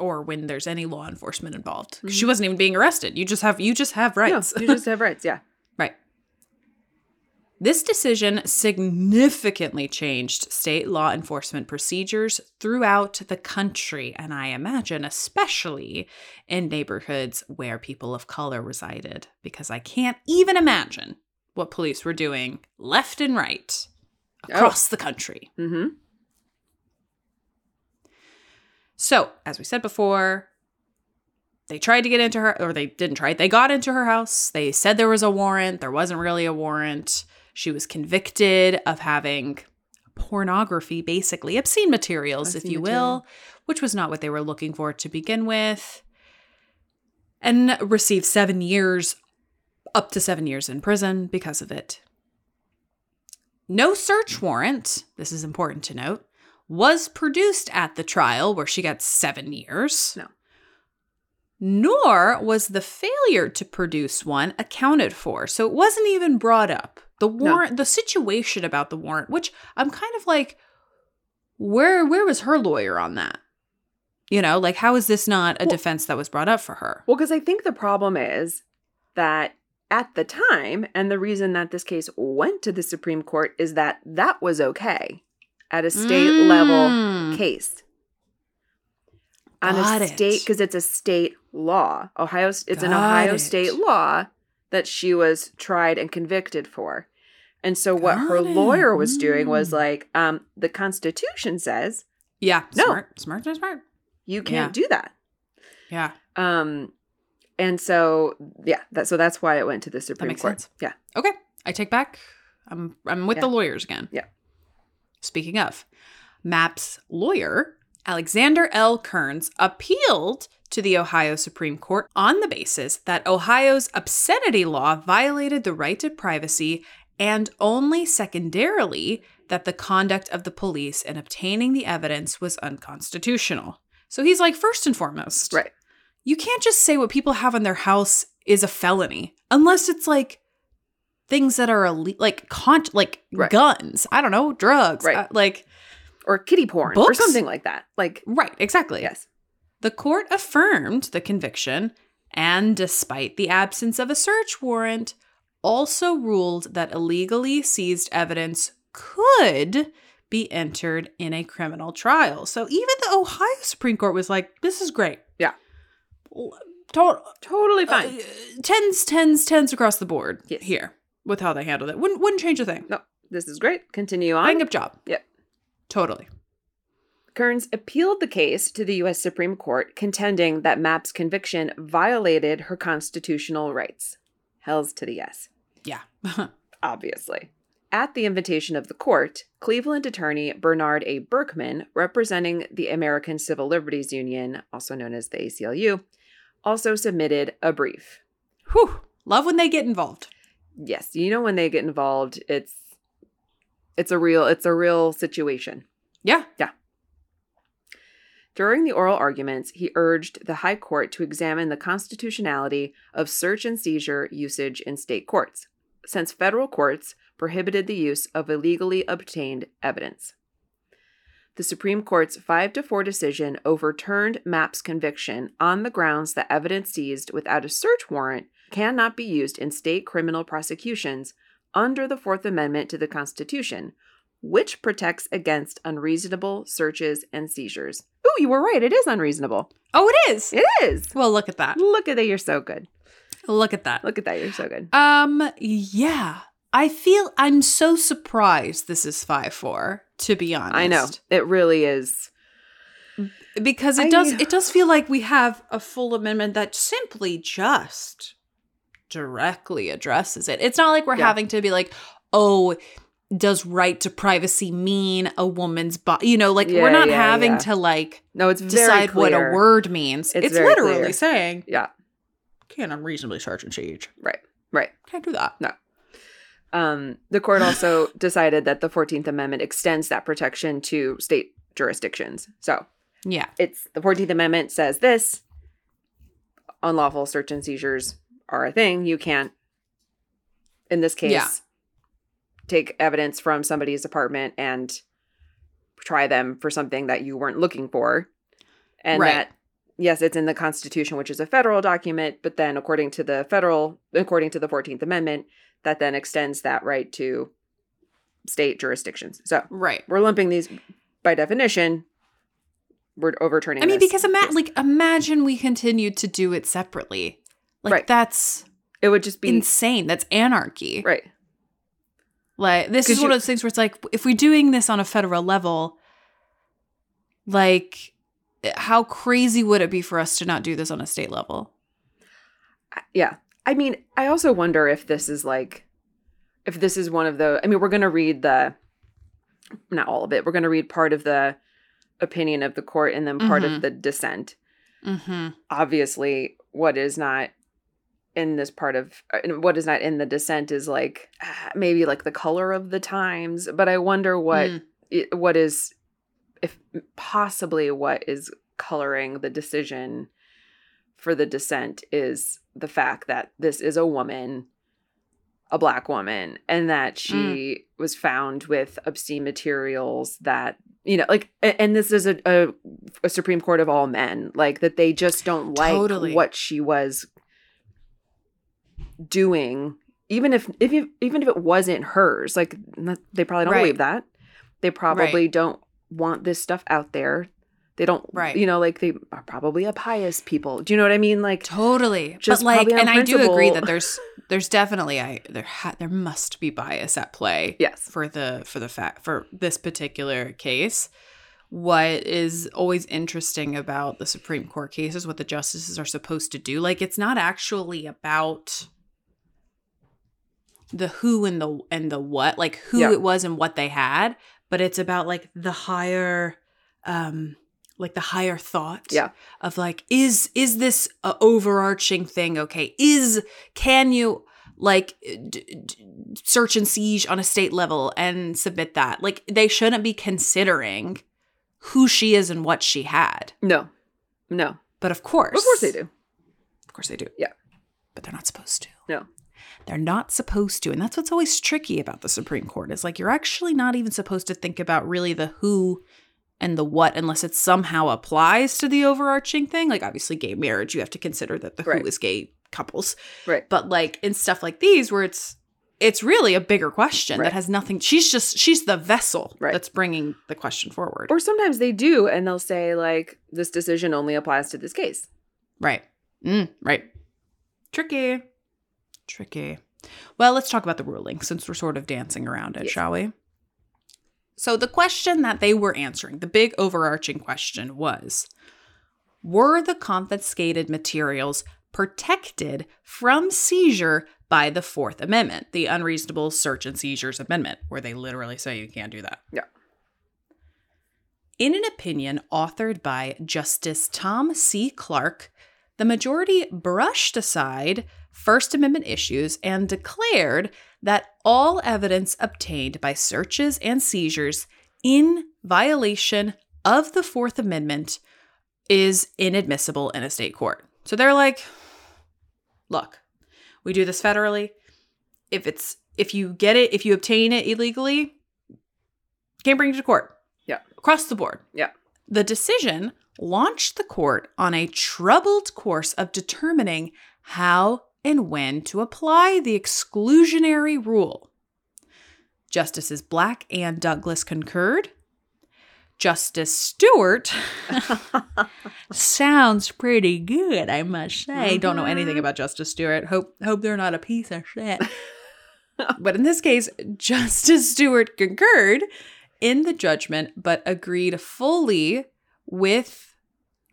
C: or when there's any law enforcement involved. 'Cause She wasn't even being arrested. You just have Mm-hmm. you just have rights.
B: No, you just have rights. Yeah.
C: right. This decision significantly changed state law enforcement procedures throughout the country and I imagine especially in neighborhoods where people of color resided because I can't even imagine what police were doing left and right
B: Oh.
C: across the country.
B: Mm-hmm.
C: So, as we said before, they tried to get into her, or they didn't try. They got into her house. They said there was a warrant. There wasn't really a warrant. She was convicted of having pornography, basically, obscene materials, if
B: Obscene
C: you
B: material.
C: will, which was not what they were looking for to begin with, and received seven years, up to seven years in prison because of it. No search warrant, this is important to note, was produced at the trial where she got seven years.
B: No.
C: Nor was the failure to produce one accounted for. So it wasn't even brought up. The warrant, the situation about the warrant, which I'm kind of like, where where was her lawyer on that? You know, like how is this not a
B: Well-
C: defense that was brought up for her?
B: Well, because I think the problem is that at the time, and the reason that this case went to the Supreme Court is that that was okay at a state level
C: Mm.
B: case on
C: Got
B: a
C: it.
B: state because it's a state law. Ohio, it's an
C: Got
B: Ohio
C: it.
B: state law that she was tried and convicted for. And so what her
C: Got it.
B: lawyer was doing was
C: Mm.
B: like, um, the Constitution says
C: Yeah.
B: No.
C: Smart, smart, smart, smart.
B: you can't do that.
C: Yeah.
B: Um, and so yeah, that so that's why it went to the Supreme
C: makes
B: Court.
C: sense.
B: Yeah,
C: Okay, I take back. I'm I'm with
B: Yeah.
C: the lawyers again.
B: Yeah.
C: Speaking of, Map's lawyer, Alexander L. Kearns, appealed to the Ohio Supreme Court on the basis that Ohio's obscenity law violated the right to privacy and only secondarily that the conduct of the police in obtaining the evidence was unconstitutional. So he's like first and foremost.
B: right.
C: You can't just say what people have in their house is a felony unless it's like things that are ille- like con- like
B: Right.
C: guns, I don't know, drugs,
B: Right.
C: uh, like
B: Or kitty porn or
C: Books?
B: something like that. Like
C: right, exactly.
B: yes,
C: The court affirmed the conviction and, despite the absence of a search warrant, also ruled that illegally seized evidence could be entered in a criminal trial. So even the Ohio Supreme Court was like, this is great.
B: Yeah.
C: L- tot-
B: Totally fine.
C: uh, tens, tens, tens across the board
B: Yes.
C: here with how they handled it. Wouldn't, wouldn't change a thing.
B: no, this is great. Continue on.
C: Bang up job.
B: Yep.
C: Totally.
B: Kearns appealed the case to the U.S. Supreme Court, contending that Mapp's conviction violated her constitutional rights. Hells to the yes,
C: Yeah.
B: obviously. At the invitation of the court, Cleveland attorney Bernard A. Berkman, representing the American Civil Liberties Union, also known as the ACLU, also submitted a brief.
C: Whew. Love when they get involved.
B: Yes, you know when they get involved, it's it's a real it's a real situation.
C: Yeah.
B: During the oral arguments, he urged the High Court to examine the constitutionality of search and seizure usage in state courts, since federal courts prohibited the use of illegally obtained evidence. The Supreme Court's 5 to 4 decision overturned Mapp's conviction on the grounds that evidence seized without a search warrant cannot be used in state criminal prosecutions under the Fourth Amendment to the Constitution, which protects against unreasonable searches and seizures. Ooh, you were right. It is unreasonable.
C: Oh, it is.
B: It is.
C: Well, look at that.
B: Look at that. You're so good.
C: Look at that.
B: Look at that. You're so good.
C: Um, yeah. I feel I'm so surprised this is 5 4, to be honest.
B: I know. It really is.
C: Because it
B: I-
C: does it does feel like we have a full amendment that simply just directly addresses it. It's not like we're
B: Yeah.
C: having to be like, oh, does right to privacy mean a woman's body? You know, like we're
B: Yeah,
C: not
B: yeah,
C: having
B: yeah.
C: to like
B: No, it's very
C: decide what a
B: clear.
C: word means.
B: It's
C: It's,
B: very
C: literally
B: clear.
C: saying
B: Yeah,
C: can't unreasonably search and seizure.
B: right.
C: Can't do that.
B: Um, the court also decided that the 14th Amendment extends that protection to state jurisdictions. So
C: Yeah.
B: it's the 14th Amendment says this unlawful search and seizures are a thing. You can't, in this case,
C: Yeah.
B: take evidence from somebody's apartment and try them for something that you weren't looking for. And
C: Right.
B: that, yes, it's in the Constitution, which is a federal document, but then according to the federal, according to the 14th Amendment, that then extends that right to state jurisdictions. So
C: Right.
B: we're lumping these by definition. We're overturning.
C: I mean,
B: this
C: because ima-
B: case.
C: like imagine we continued to do it separately. Like
B: Right.
C: that's
B: it would just be
C: insane. That's anarchy.
B: right.
C: Like this is
B: 'Cause
C: one
B: you-
C: of those things where it's like if we're doing this on a federal level, like eh, how crazy would it be for us to not do this on a state level?
B: I- Yeah, I mean, I also wonder if this is like, if this is one of the. I mean, we're gonna read the, not all of it. We're gonna read part of the opinion of the court and then part
C: Mhm.
B: of the dissent.
C: Mm-hmm.
B: Obviously, what is not in this part of uh, what is not in the dissent is like ah, maybe like the color of the times, but I wonder what i- what is if possibly what is coloring the decision for the dissent is the fact that this is a woman a black woman and that she was found with obscene materials that you know like a- and this is a, a, a supreme court of all men like that they just don't like
C: Totally.
B: what she was doing even if if you- even if it wasn't hers like not- they probably don't
C: Right.
B: believe that they probably don't want this stuff out there they don't
C: Right.
B: you know like they are probably a pious people do you know what i mean like
C: Totally.
B: Just
C: but like
B: probably on
C: and I do agree
B: principle.
C: that there's there's definitely I there ha- there must be bias at play.
B: yes
C: for the for the fact for this particular case what is always interesting about the supreme court cases what the justices are supposed to do like it's not actually about the who and the and the what like who
B: Yeah.
C: it was and what they had but it's about like the higher um like the higher thought
B: Yeah.
C: of like is is this a overarching thing okay is can you like d- d- search and siege on a state level and submit that like they shouldn't be considering who she is and what she had
B: no no
C: but of course
B: of course they do
C: of course they do
B: Yeah.
C: but they're not supposed to
B: No.
C: they're not supposed to and that's what's always tricky about the supreme court is like you're actually not even supposed to think about really the who and the what unless it somehow applies to the overarching thing. Like obviously gay marriage, you have to consider that the
B: Right.
C: who is gay couples.
B: Right.
C: But like in stuff like these where it's it's really a bigger question
B: Right.
C: that has nothing she's just she's the vessel
B: Right.
C: that's bringing the question forward.
B: Or sometimes they do, and they'll say, like, this decision only applies to this case.
C: Right. Mm, right. Tricky. Tricky. Well, let's talk about the ruling since we're sort of dancing around it,
B: Yes.
C: shall we? So, the question that they were answering, the big overarching question was Were the confiscated materials protected from seizure by the Fourth Amendment, the Unreasonable Search and Seizures Amendment, where they literally say you can't do that?
B: Yeah.
C: In an opinion authored by Justice Tom C. Clark, the majority brushed aside First Amendment issues and declared that all evidence obtained by searches and seizures in violation of the Fourth Amendment is inadmissible in a state court. So they're like, look, we do this federally. If it's if you get it, if you obtain it illegally, can't bring it to court.
B: Yeah.
C: Across the board.
B: Yeah.
C: The decision launched the court on a troubled course of determining how and when to apply the exclusionary rule. Justices Black and Douglas concurred. Justice Stewart sounds pretty good, I must say. Don't know anything about Justice Stewart. Hope hope they're not a piece of shit. but in this case, Justice Stewart concurred in the judgment, but agreed fully with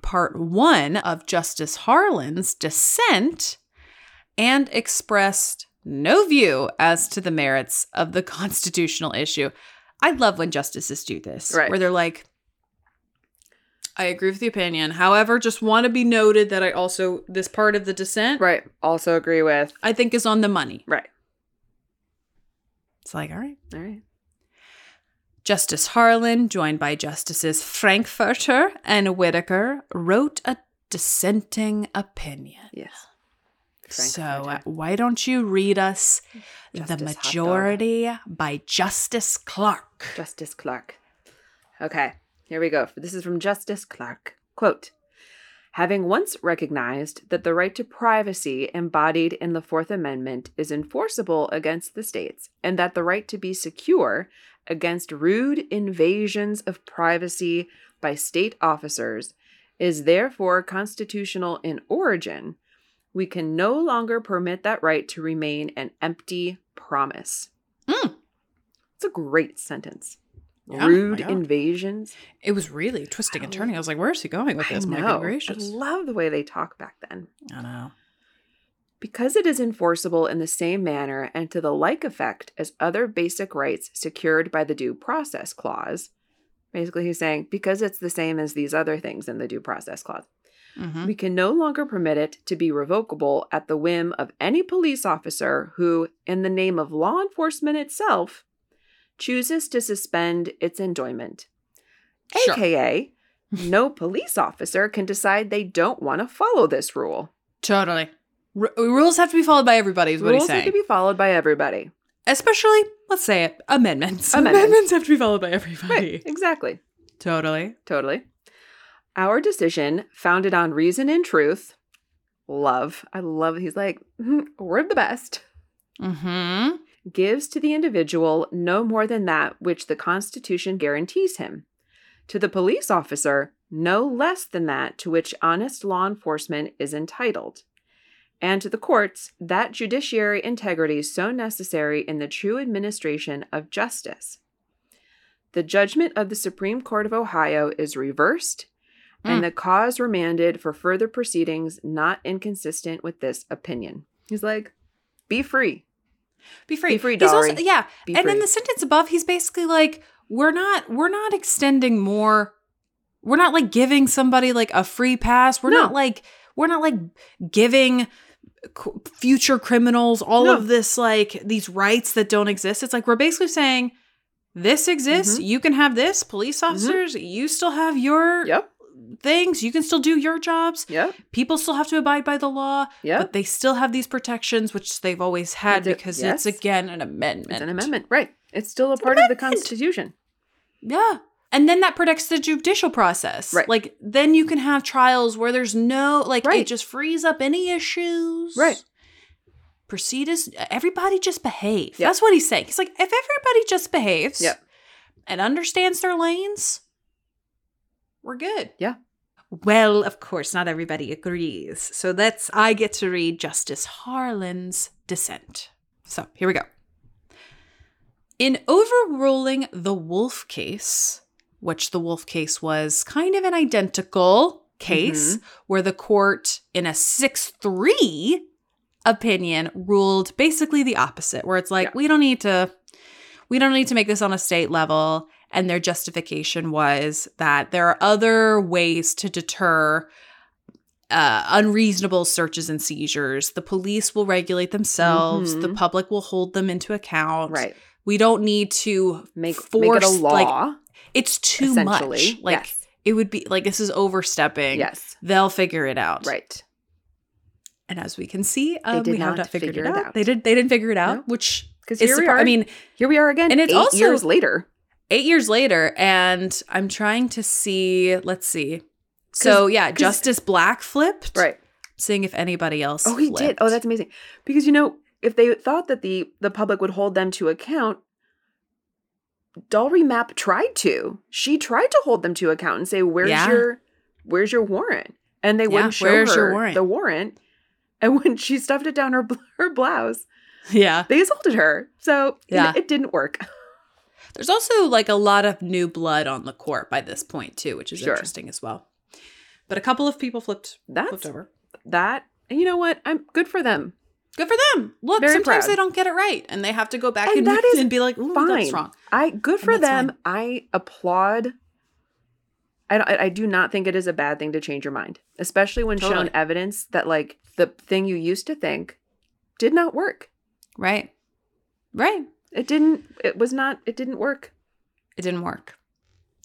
C: part one of Justice Harlan's dissent and expressed no view as to the merits of the constitutional issue. I love when justices do this,
B: Right.
C: where they're like, I agree with the opinion. However, just want to be noted that I also, this part of the dissent,
B: Right. Also agree with.
C: I think is on the money.
B: Right.
C: It's like, all right.
B: All right.
C: Justice Harlan, joined by Justices Frankfurter and Whitaker, wrote a dissenting opinion.
B: Yes.
C: So, uh,
B: Frankfurter.
C: why don't you read us the
B: Justice Hot Dog.
C: majority by Justice Clark?
B: Justice Clark. Okay, here we go. This is from Justice Clark. Quote Having once recognized that the right to privacy embodied in the Fourth Amendment is enforceable against the states, and that the right to be secure against rude invasions of privacy by state officers is therefore constitutional in origin, we can no longer permit that right to remain an empty promise.
C: Mm.
B: It's a great sentence.
C: Yeah, oh my
B: Rude
C: God.
B: invasions.
C: It was really twisting and
B: Oh.
C: turning. I was like, where is he going with
B: I
C: this? My
B: know. I
C: good gracious.
B: love the way they talk back then.
C: I know.
B: Because it is enforceable in the same manner and to the like effect as other basic rights secured by the Due Process Clause, basically he's saying, because it's the same as these other things in the Due Process Clause,
C: Mhm.
B: we can no longer permit it to be revocable at the whim of any police officer who, in the name of law enforcement itself, chooses to suspend its enjoyment.
C: Sure.
B: AKA, no police officer can decide they don't want to follow this rule.
C: Totally. R- rules have to be followed by everybody, is what
B: Rules
C: he's saying.
B: have to be followed by everybody.
C: Especially, let's say it, amendments.
B: Amendments.
C: have to be followed by everybody.
B: Right, exactly.
C: Totally.
B: Totally. Our decision, founded on reason and truth, love. I love, he's like, "Mhm, we're the best.
C: Mm-hmm.
B: gives to the individual no more than that which the Constitution guarantees him, to the police officer no less than that to which honest law enforcement is entitled, and to the courts that judiciary integrity so necessary in the true administration of justice. The judgment of the Supreme Court of Ohio is reversed.
C: Mm.
B: And the cause remanded for further proceedings not inconsistent with this opinion. He's like, be free.
C: Be free.
B: Be free,
C: He's also-
B: Dari.
C: yeah.
B: Be
C: and
B: free.
C: in the sentence above, he's basically like, we're not we're not extending more. We're not like giving somebody like a free pass. We're
B: No.
C: not like we're not like giving c- future criminals all
B: No.
C: of this like these rights that don't exist. It's like we're basically saying this exists.
B: Mm-hmm.
C: You can have this, police officers. You still have your
B: Yep.
C: things. You can still do your jobs.
B: Yep.
C: People still have to abide by the law.
B: Yep.
C: but they still have these protections, which they've always had
B: It's a-
C: because
B: yes.
C: it's again an amendment.
B: It's an amendment, right? It's still a
C: an
B: part of the
C: amendment.
B: Constitution.
C: Yeah, And then that protects the judicial process.
B: Right.
C: Like then you can have trials where there's no like
B: Right.
C: it just frees up any issues.
B: Right.
C: Proceed as everybody just behave.
B: Yep.
C: That's what he's saying. He's like, if everybody just behaves
B: Yep.
C: and understands their lanes, we're good.
B: Yeah.
C: Well, of course, not everybody agrees. So that's I get to read Justice Harlan's dissent. So here we go. In overruling the Wolf case, which the Wolf case was kind of an identical case where the court in a 6 3 opinion ruled basically the opposite, where it's like,
B: Yeah.
C: we don't need to. We don't need to make this on a state level. And their justification was that there are other ways to deter uh, unreasonable searches and seizures. The police will regulate themselves, the
B: Mhm.
C: public will hold them into account.
B: Right.
C: We don't need to
B: Make, make it a
C: force-
B: law.
C: like, it's too much.
B: essentially.
C: Like
B: yes.
C: it would be like this is overstepping.
B: Yes.
C: They'll figure it out.
B: Right.
C: And as we can see, um,
B: did
C: we have
B: not
C: not figured
B: figure it
C: it out.
B: out.
C: They did they didn't figure it out,
B: No.
C: which
B: Because
C: is
B: here we
C: surpri-
B: are.
C: I mean,
B: here we are again.
C: and it's
B: eight
C: also-
B: years later.
C: eight years later, and I'm trying to see, let's see. So yeah,
B: 'cause-
C: Justice Black flipped.
B: Right.
C: Seeing if anybody else
B: Oh, he did.
C: flipped.
B: Oh, that's amazing. Because you know, if they thought that the the public would hold them to account, Dalry Map tried to. She tried to hold them to account and say, "Where's
C: Yeah.
B: your Where's your warrant?" And they
C: Yeah,
B: wouldn't show
C: where's your
B: her
C: warrant?
B: the warrant. And when she stuffed it down her bl- her blouse,
C: yeah.
B: they assaulted her. So you know,
C: Yeah.
B: it didn't work.
C: There's also like a lot of new blood on the court by this point too, which is
B: Sure.
C: interesting as well. But a couple of people flipped flipped
B: That's
C: over.
B: that. And you know what? I'm good for them.
C: Good for them. Look,
B: Very
C: sometimes
B: proud.
C: they don't get it right, and they have to go back
B: And
C: and,
B: that is
C: and be like, "Ooh,
B: fine.
C: that's wrong."
B: I good
C: And
B: for
C: that's
B: them. I applaud. I, don't- I do not think it is a bad thing to change your mind, especially when shown
C: Totally.
B: evidence that like the thing you used to think did not work.
C: Right, right.
B: It didn't. It was not. It didn't work.
C: It didn't work.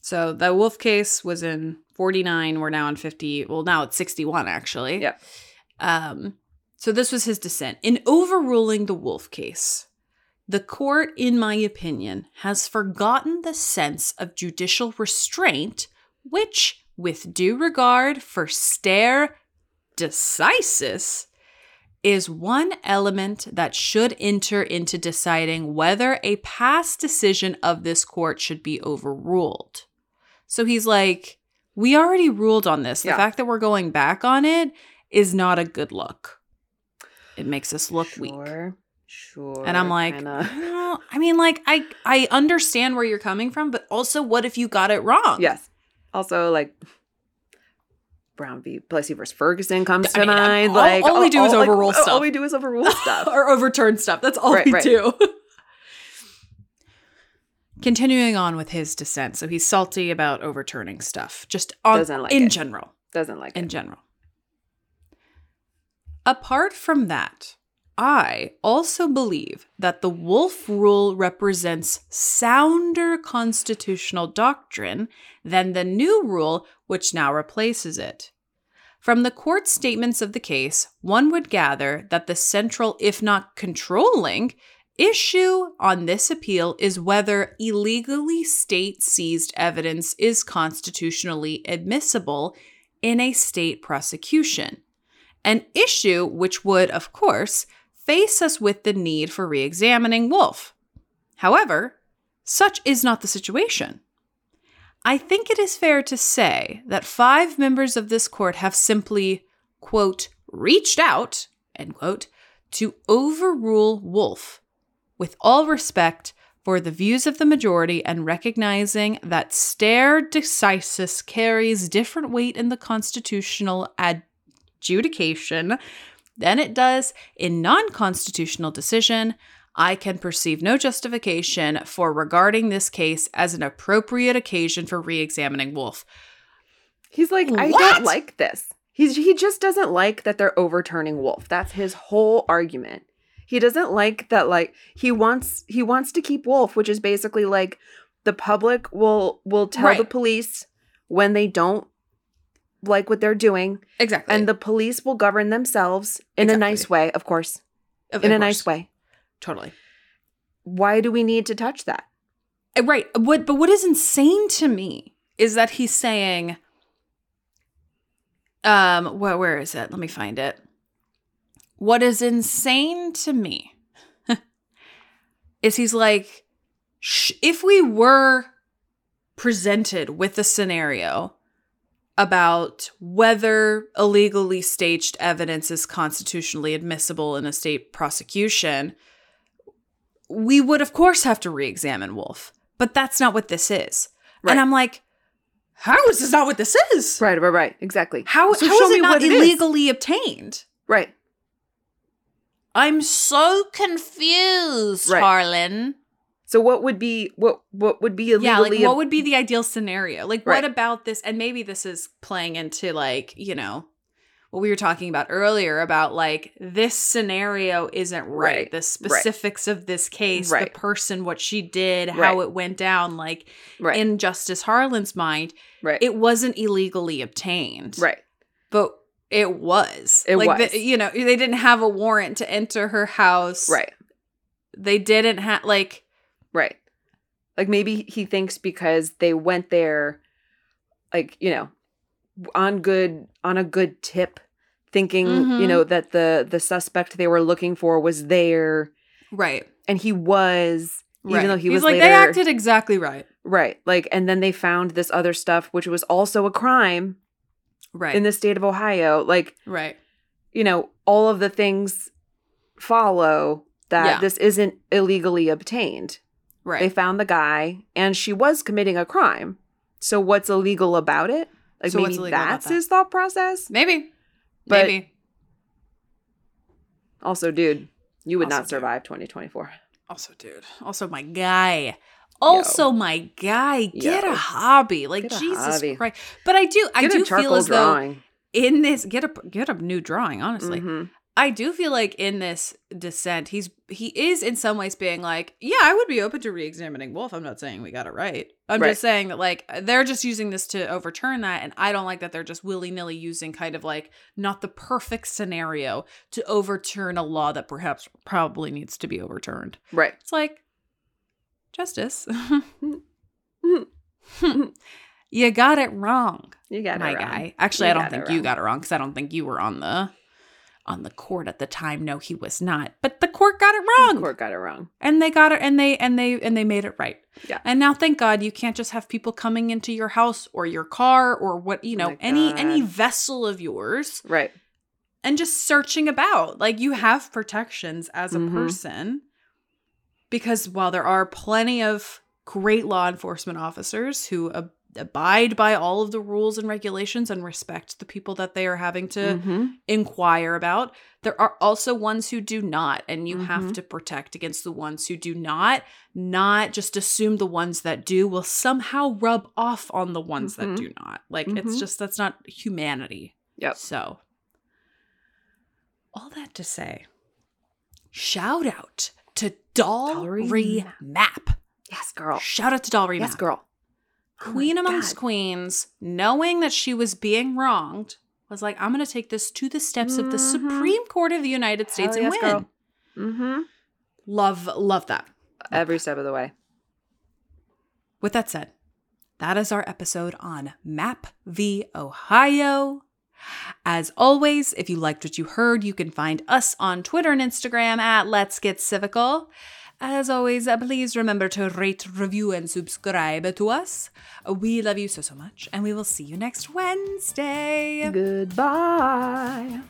C: So the Wolf case was in 49. We're now in 50. Well, now it's 61 actually.
B: Yep.
C: Um, so this was his dissent. In overruling the Wolf case, the court, in my opinion, has forgotten the sense of judicial restraint, which, with due regard for stare decisis, is one element that should enter into deciding whether a past decision of this court should be overruled. So he's like, we already ruled on this. The
B: Yeah.
C: fact that we're going back on it is not a good look. It makes us look weak.
B: sure, Sure.
C: And I'm like,
B: kinda.
C: "No, I mean, like, I I understand where you're coming from, but also, what if you got it wrong?
B: yes. Also, like Brown v. Plessy versus Ferguson comes
C: I
B: to
C: mean, I'm-
B: mind.
C: all-
B: like
C: all we do is
B: like,
C: overrule
B: All
C: stuff.
B: we do is overrule stuff.
C: or overturn stuff. That's all
B: Right,
C: we
B: right.
C: do. Continuing on with his dissent, so he's salty about overturning stuff, just on,
B: Doesn't like
C: in
B: it.
C: general.
B: Doesn't like
C: in
B: it.
C: general. Apart from that, I also believe that the Wolf Rule represents sounder constitutional doctrine than the new rule, which now replaces it. From the court statements of the case, one would gather that the central, if not controlling, issue on this appeal is whether illegally state seized evidence is constitutionally admissible in a state prosecution, an issue which would, of course, face us with the need for re examining Wolf. However, such is not the situation. I think it is fair to say that five members of this court have simply, quote, reached out, end quote, to overrule Wolf, with all respect for the views of the majority and recognizing that stare decisis carries different weight in the constitutional adjudication than it does in non constitutional decision. I can perceive no justification for regarding this case as an appropriate occasion for re examining Wolf.
B: He's like, I
C: What?
B: don't like this. He's he just doesn't like that they're overturning Wolf. That's his whole argument. He doesn't like that like he wants he wants to keep Wolf, which is basically like the public will will tell the
C: Right.
B: police when they don't like what they're doing
C: Exactly.
B: and the police will govern themselves in a nice way, of course. in a nice way.
C: Totally.
B: Why do we need to touch that?
C: Right. What but what is insane to me is that he's saying um where where is it? Let me find it. What is insane to me is he's like sh- if we were presented with a scenario about whether illegally staged evidence is constitutionally admissible in a state prosecution, we would, of course, have to re examine Wolf. But that's not what this is.
B: Right.
C: And I'm like, how is this not what this is?
B: Right, right, right. Exactly.
C: How,
B: So
C: how
B: show
C: is it
B: me
C: not
B: what it is.
C: illegally obtained?
B: Right.
C: I'm so confused,
B: Right.
C: Harlan.
B: So what would be what what would be illegally
C: yeah, like
B: ob-
C: what would be the ideal scenario? Like
B: Right.
C: what about this? And maybe this is playing into like, you know, what we were talking about earlier about like this scenario isn't right.
B: Right.
C: The specifics of this case,
B: Right.
C: the person, what she did, how
B: Right.
C: it went down, like
B: right
C: in Justice Harlan's mind,
B: right
C: it wasn't illegally obtained.
B: right
C: But it was.
B: It
C: like
B: was.
C: the- you know, they didn't have a warrant to enter her house.
B: right
C: They didn't have like
B: right. Like maybe he thinks because they went there, like you know, on good on a good tip, thinking you
C: Mhm.
B: know that the the suspect they were looking for was there,
C: right.
B: and he was Even
C: right.
B: though he
C: He's
B: was
C: like they
B: later-
C: acted exactly right.
B: right. Like and then they found this other stuff which was also a crime
C: Right.
B: in the state of Ohio. Like
C: Right.
B: you know, all of the things follow that
C: Yeah.
B: this isn't illegally obtained.
C: Right.
B: They found the guy and she was committing a crime. So what's illegal about it? Like
C: So what's
B: maybe
C: illegal about
B: that's
C: that?
B: his thought process.
C: Maybe.
B: But-
C: Maybe.
B: Also, dude, you would
C: Also,
B: not
C: dude.
B: survive 2024.
C: Also, dude. Also, my guy. Also, my guy. Get
B: Yo.
C: a hobby. Like
B: Get a
C: Jesus
B: hobby.
C: Christ. But I do. I
B: Get a
C: do feel
B: charcoal
C: as though
B: drawing.
C: in this get a get a new drawing. Honestly,
B: Mhm.
C: I do feel like in this descent, he's he is in some ways being like, yeah, I would be open to re-examining Wolf. I'm not saying we got it right. I'm
B: Right.
C: just saying that like they're just using this to overturn that, and I don't like that they're just willy nilly using kind of like not the perfect scenario to overturn a law that perhaps probably needs to be overturned.
B: Right.
C: It's like justice. you got it wrong,
B: You got it.
C: my
B: wrong.
C: guy. Actually,
B: You
C: I don't
B: got it
C: think you
B: wrong.
C: got it wrong because I don't think you were on the on the court at the time. No, he was not. But the court got it
B: The
C: wrong,
B: court got it wrong.
C: and they got it, and they and they and they made it right.
B: Yeah.
C: And now, thank God, you can't just have people coming into your house or your car or what you
B: Oh
C: know
B: my
C: any
B: God.
C: any vessel of yours
B: Right.
C: and just searching about. Like you have protections as a
B: Mhm.
C: person because while there are plenty of great law enforcement officers who ab- abide by all of the rules and regulations and respect the people that they are having to
B: Mhm.
C: inquire about, there are also ones who do not and you have
B: Mhm.
C: to protect against the ones who do not, not just assume the ones that do will somehow rub off on the ones
B: Mhm.
C: that do not. Like it's
B: Mhm.
C: just that's not humanity.
B: Yep.
C: So, all that to say, shout out to Dollry
B: Dollry
C: Map.
B: Yes, girl.
C: Shout out to Dollry
B: Yes,
C: Map.
B: girl. Oh my
C: Queen amongst
B: God.
C: queens, knowing that she was being wronged, was like, I'm going to take this to the steps of the
B: Mhm.
C: Supreme Court of the United States
B: Hell
C: and
B: yes,
C: win.
B: girl. Mm-hmm.
C: Love, love that.
B: Every step of the way.
C: With that said, that is our episode on Map v. Ohio. As always, if you liked what you heard, you can find us on Twitter and Instagram at Let's Get Civical. As always, uh, please remember to rate, review, and subscribe to us. We love you so, so much, and we will see you next Wednesday.
B: Goodbye.